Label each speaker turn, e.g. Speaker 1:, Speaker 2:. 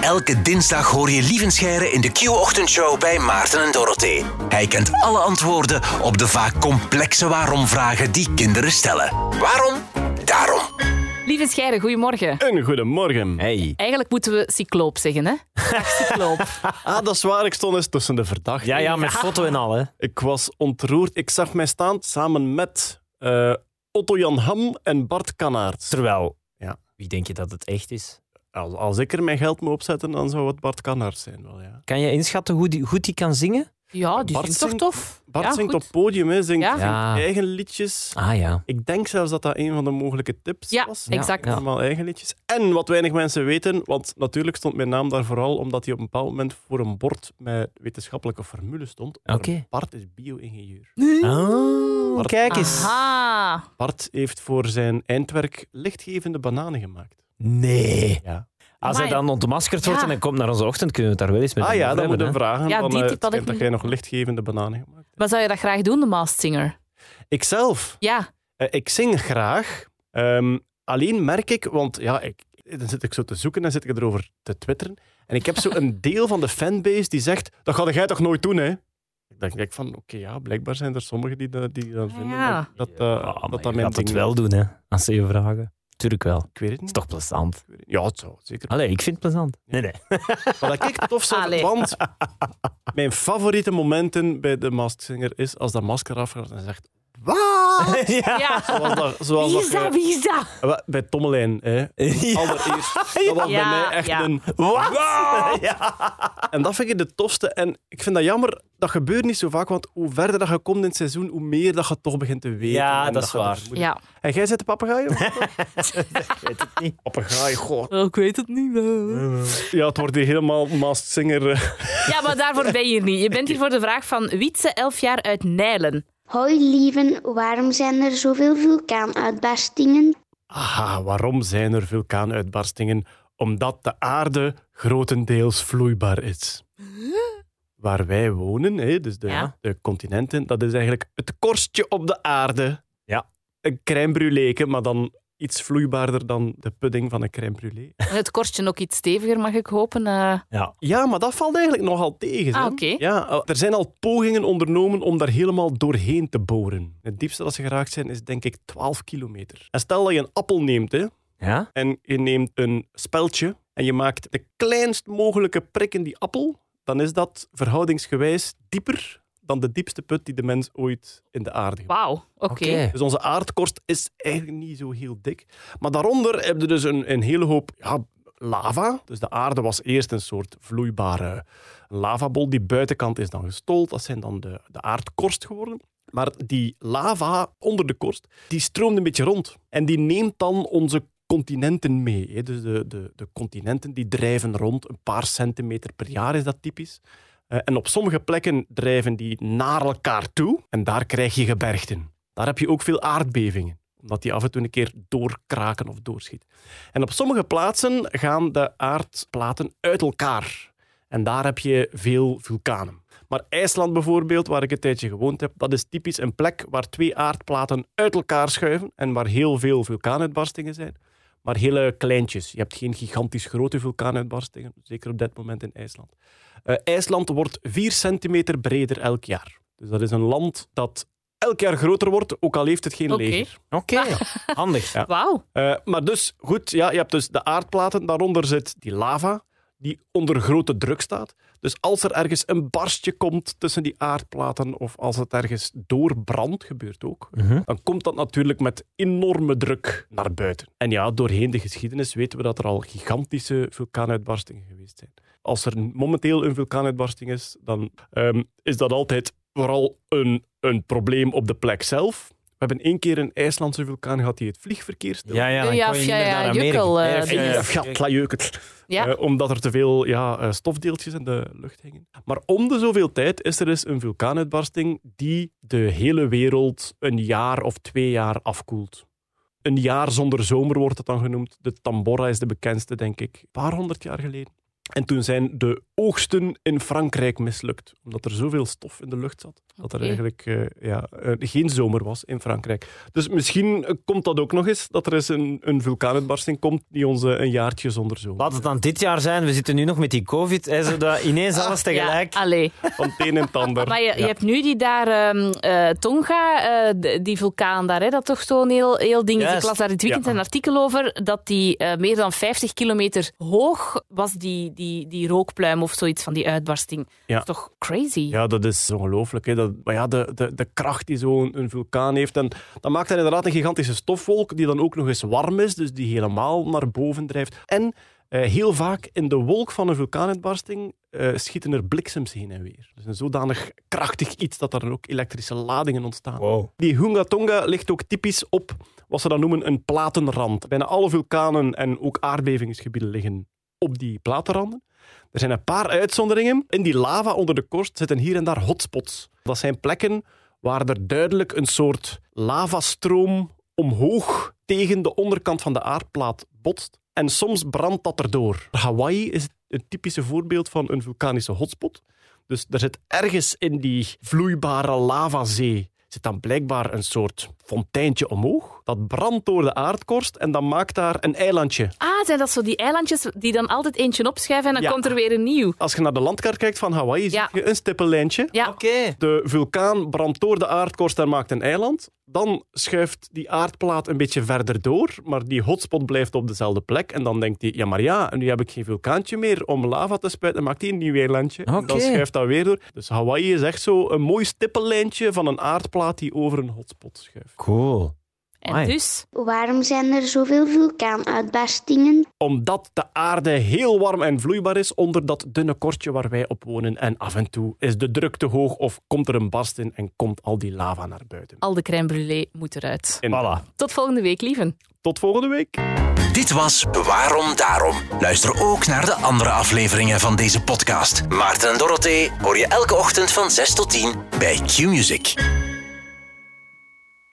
Speaker 1: Elke dinsdag hoor je Lievenscheire in de Q-ochtendshow bij Maarten en Dorothee. Hij kent alle antwoorden op de vaak complexe waarom-vragen die kinderen stellen. Waarom? Daarom.
Speaker 2: Lieve Scheire, goedemorgen.
Speaker 3: Een goedemorgen.
Speaker 4: Hey.
Speaker 2: Eigenlijk moeten we cycloop zeggen, hè? Dag, cycloop.
Speaker 3: Ah, dat is waar. Ik stond eens tussen de verdachten.
Speaker 4: Ah Ja, ja, met foto en al, hè.
Speaker 3: Ik was ontroerd. Ik zag mij staan samen met eh, Otto Jan Ham en Bart Kanaert.
Speaker 4: Terwijl,
Speaker 3: Ja.
Speaker 4: wie denk je dat het echt is?
Speaker 3: Als, als ik er mijn geld mee opzetten, dan zou het Bart Kanaert zijn. Wel, ja.
Speaker 4: Kan je inschatten hoe die, goed die kan zingen?
Speaker 2: Ja, die
Speaker 3: Bart
Speaker 2: zingt toch
Speaker 3: zingt-
Speaker 2: tof?
Speaker 3: Bart
Speaker 2: ja,
Speaker 3: zingt
Speaker 2: goed.
Speaker 3: op podium, hè, zingt,
Speaker 2: Ja.
Speaker 3: zingt
Speaker 4: Ja.
Speaker 3: eigen liedjes.
Speaker 4: Ah ja.
Speaker 3: Ik denk zelfs dat dat een van de mogelijke tips
Speaker 2: Ja,
Speaker 3: was.
Speaker 2: exact.
Speaker 4: Ja.
Speaker 3: Allemaal eigen liedjes. En wat weinig mensen weten, want natuurlijk stond mijn naam daar vooral omdat hij op een bepaald moment voor een bord met wetenschappelijke formule stond. Maar
Speaker 4: Oké.
Speaker 3: Bart is bio-ingenieur.
Speaker 4: Oh, kijk eens.
Speaker 2: Aha.
Speaker 3: Bart heeft voor zijn eindwerk lichtgevende bananen gemaakt.
Speaker 4: Nee.
Speaker 3: Ja.
Speaker 4: Als hij
Speaker 2: Amai.
Speaker 4: dan ontmaskerd wordt
Speaker 2: Ja.
Speaker 4: en hij komt naar onze ochtend, kunnen we het daar wel eens met
Speaker 3: Ah
Speaker 4: hem
Speaker 3: ja,
Speaker 4: over
Speaker 3: dan
Speaker 4: hebben,
Speaker 3: moeten we
Speaker 4: hè.
Speaker 3: vragen.
Speaker 2: Ja,
Speaker 3: van,
Speaker 2: die
Speaker 3: eh,
Speaker 2: tip
Speaker 3: het
Speaker 2: had ik
Speaker 3: schijnt dat
Speaker 2: niet.
Speaker 3: jij nog lichtgevende bananen gemaakt hebt.
Speaker 2: Wat zou je dat graag doen, de Maas Singer?
Speaker 3: Ikzelf,
Speaker 2: Ja.
Speaker 3: eh, ik zing graag. Ehm, alleen merk ik, want ja, ik, dan zit ik zo te zoeken en zit ik erover te twitteren. En ik heb zo een deel van de fanbase die zegt, dat ga jij toch nooit doen, hè? Ik denk ik van, oké, ja, blijkbaar zijn er sommigen die dat, die dat
Speaker 2: Ah,
Speaker 3: vinden.
Speaker 2: ja.
Speaker 3: dat- Dat, eh,
Speaker 4: Ah, maar
Speaker 3: dat,
Speaker 4: je
Speaker 3: dat mijn
Speaker 4: gaat het
Speaker 3: ding
Speaker 4: wel
Speaker 3: is.
Speaker 4: doen, hè. Als ze je vragen. Tuurlijk wel.
Speaker 3: Ik weet het
Speaker 4: is
Speaker 3: niet.
Speaker 4: toch plezant.
Speaker 3: Ik weet het niet. Ja, het zou zeker
Speaker 4: Allee, ik vind het plezant. Nee, nee.
Speaker 3: Wat ik tof zou
Speaker 2: Allee.
Speaker 3: want mijn favoriete momenten bij de Masked Singer is als dat masker afgaat en zegt... Wat?
Speaker 4: ja.
Speaker 2: ja.
Speaker 3: Zoals dat, zoals
Speaker 2: Wie is dat?
Speaker 3: je-
Speaker 2: Wie is dat?
Speaker 3: Eh, wel, Bij Tommelijn, hè. Allereerst. Dat was bij
Speaker 2: Ja,
Speaker 3: mij echt
Speaker 2: ja.
Speaker 3: een...
Speaker 4: Wat?
Speaker 3: En dat vind ik de tofste. En ik vind dat jammer, dat gebeurt niet zo vaak, want hoe verder dat je komt in het seizoen, hoe meer dat je toch begint te weten.
Speaker 4: Ja,
Speaker 3: en
Speaker 4: dat is
Speaker 3: je
Speaker 4: waar.
Speaker 3: moet-
Speaker 2: Ja.
Speaker 3: En jij zit de papegaai? of- papegaai, god.
Speaker 2: Oh, ik weet het niet.
Speaker 3: Ja, het wordt hier helemaal Masked Singer... eh.
Speaker 2: Ja, maar daarvoor ben je hier niet. Je bent hier voor de vraag van Wietse, 11 jaar uit Nijlen.
Speaker 5: Hoi lieven, waarom zijn er zoveel vulkaanuitbarstingen?
Speaker 3: Aha, waarom zijn er vulkaanuitbarstingen? Omdat de aarde grotendeels vloeibaar is. Waar wij wonen, hè, dus de,
Speaker 2: Ja.
Speaker 3: de continenten, dat is eigenlijk het korstje op de aarde.
Speaker 4: Ja.
Speaker 3: Een crème brûlée, maar dan iets vloeibaarder dan de pudding van een crème brûlée.
Speaker 2: Het korstje ook iets steviger, mag ik hopen. eh.
Speaker 4: Ja.
Speaker 3: Ja, maar dat valt eigenlijk nogal tegen.
Speaker 2: Ah,
Speaker 3: hè.
Speaker 2: oké.
Speaker 3: Ja, eh, er zijn al pogingen ondernomen om daar helemaal doorheen te boren. Het diepste dat ze geraakt zijn is denk ik 12 kilometer. En stel dat je een appel neemt, hè,
Speaker 4: Ja?
Speaker 3: en je neemt een speldje en je maakt de kleinst mogelijke prik in die appel, dan is dat verhoudingsgewijs dieper dan de diepste put die de mens ooit in de aarde heeft.
Speaker 2: Wauw, oké.
Speaker 3: Dus onze aardkorst is eigenlijk niet zo heel dik. Maar daaronder heb je dus een, een hele hoop ja, lava. Dus de aarde was eerst een soort vloeibare lavabol. Die buitenkant is dan gestold. Dat zijn dan de, de aardkorst geworden. Maar die lava onder de korst, die stroomt een beetje rond. En die neemt dan onze continenten mee. hè. Dus de, de, de continenten die drijven rond. Een paar centimeter per jaar is dat typisch. Eh, En op sommige plekken drijven die naar elkaar toe. En daar krijg je gebergten. Daar heb je ook veel aardbevingen, omdat die af en toe een keer doorkraken of doorschieten. En op sommige plaatsen gaan de aardplaten uit elkaar. En daar heb je veel vulkanen. Maar IJsland bijvoorbeeld, waar ik een tijdje gewoond heb, dat is typisch een plek waar twee aardplaten uit elkaar schuiven en waar heel veel vulkaanuitbarstingen zijn. Maar hele kleintjes. Je hebt geen gigantisch grote vulkaanuitbarstingen, zeker op dit moment in IJsland. Eh, IJsland wordt 4 centimeter breder elk jaar. Dus dat is een land dat elk jaar groter wordt, ook al heeft het geen
Speaker 2: Oké.
Speaker 3: leger.
Speaker 4: Oké. Handig.
Speaker 3: Ja.
Speaker 2: Wauw.
Speaker 3: Eh, maar dus, goed, ja, je hebt dus de aardplaten, daaronder zit die lava, die onder grote druk staat. Dus als er ergens een barstje komt tussen die aardplaten, of als het ergens doorbrandt, gebeurt ook,
Speaker 4: Mhm.
Speaker 3: dan komt dat natuurlijk met enorme druk naar buiten. En ja, doorheen de geschiedenis weten we dat er al gigantische vulkaanuitbarstingen geweest zijn. Als er momenteel een vulkaanuitbarsting is, dan ehm, is dat altijd vooral een, een probleem op de plek zelf. We hebben één keer een IJslandse vulkaan gehad die het vliegverkeer stilde.
Speaker 4: Ja, ja, dan
Speaker 2: Ja,
Speaker 4: kon
Speaker 2: of
Speaker 4: je niet
Speaker 2: ja,
Speaker 4: meer
Speaker 2: ja,
Speaker 4: naar Amerika.
Speaker 2: jukkel, eh,
Speaker 4: Ja, of ja, ja.
Speaker 3: Ja, tlajeukert.
Speaker 2: Ja.
Speaker 3: Eh, omdat er te veel ja, eh, stofdeeltjes in de lucht hingen. Maar om de zoveel tijd is er eens een vulkaanuitbarsting die de hele wereld een jaar of twee jaar afkoelt. Een jaar zonder zomer wordt het dan genoemd. De Tambora is de bekendste, denk ik, een paar honderd jaar geleden. En toen zijn de oogsten in Frankrijk mislukt. Omdat er zoveel stof in de lucht zat. Dat er
Speaker 2: Oké.
Speaker 3: eigenlijk eh, ja, eh, geen zomer was in Frankrijk. Dus misschien eh, komt dat ook nog eens. Dat er eens een, een vulkaanuitbarsting komt die ons eh, een jaartje zonder zomer.
Speaker 4: Laat het dan dit jaar zijn. We zitten nu nog met die covid. Hè, zodat ineens alles tegelijk...
Speaker 2: Oh, Ja, Ah. allee.
Speaker 3: Van het een en het ander.
Speaker 2: Maar je, je
Speaker 3: Ja.
Speaker 2: hebt nu die daar, ehm, eh, Tonga, eh, d- die vulkaan daar, hè, dat toch zo'n heel, heel ding is. Ik
Speaker 4: Juist,
Speaker 2: las daar dit weekend
Speaker 3: ja.
Speaker 2: een artikel over, dat die eh, meer dan 50 kilometer hoog was, die, die, die rookpluim of zoiets van die uitbarsting.
Speaker 3: Ja.
Speaker 2: Dat is toch crazy?
Speaker 3: Ja, dat is ongelooflijk. hè. Dat- Maar ja, de, de, de kracht die zo'n een vulkaan heeft. En dat maakt dan inderdaad een gigantische stofwolk, die dan ook nog eens warm is, dus die helemaal naar boven drijft. En eh, heel vaak in de wolk van een vulkaanuitbarsting eh, schieten er bliksems heen en weer. Dus een zodanig krachtig iets dat er ook elektrische ladingen ontstaan.
Speaker 4: Wow.
Speaker 3: Die Hunga Tonga ligt ook typisch op wat ze dan noemen een platenrand. Bijna alle vulkanen en ook aardbevingsgebieden liggen op die platenranden. Er zijn een paar uitzonderingen. In die lava onder de korst zitten hier en daar hotspots. Dat zijn plekken waar er duidelijk een soort lavastroom omhoog tegen de onderkant van de aardplaat botst. En soms brandt dat erdoor. Hawaii is een typische voorbeeld van een vulkanische hotspot. Dus er zit ergens in die vloeibare lavazee zit dan blijkbaar een soort fonteintje omhoog. Dat brandt door de aardkorst en dan maakt daar een eilandje.
Speaker 2: Ah, zijn dat zo die eilandjes die dan altijd eentje opschuiven en dan
Speaker 3: Ja.
Speaker 2: komt er weer een nieuw?
Speaker 3: Als je naar de landkaart kijkt van Hawaii,
Speaker 2: Ja.
Speaker 3: zie je een stippenlijntje.
Speaker 2: Ja.
Speaker 4: Oké.
Speaker 3: De vulkaan brandt door de aardkorst en maakt een eiland. Dan schuift die aardplaat een beetje verder door, maar die hotspot blijft op dezelfde plek. En dan denkt hij, ja maar ja, nu heb ik geen vulkaantje meer om lava te spuiten. Dan maakt hij een nieuw eilandje. En dan
Speaker 4: Oké.
Speaker 3: schuift dat weer door. Dus Hawaii is echt zo een mooi stippenlijntje van een aardplaat die over een hotspot schuift.
Speaker 4: Cool.
Speaker 2: En
Speaker 4: Amai.
Speaker 2: dus,
Speaker 5: Waarom zijn er zoveel vulkaanuitbarstingen?
Speaker 3: Omdat de aarde heel warm en vloeibaar is onder dat dunne kortje waar wij op wonen. En af en toe is de druk te hoog of komt er een barst in en komt al die lava naar buiten.
Speaker 2: al de crème brûlée moet eruit.
Speaker 3: En
Speaker 4: Voilà.
Speaker 2: Tot volgende week, lieven.
Speaker 3: Tot volgende week.
Speaker 1: Dit was Waarom Daarom. Luister ook naar de andere afleveringen van deze podcast. Maarten en Dorothee hoor je elke ochtend van 6 tot 10 bij Q-Music.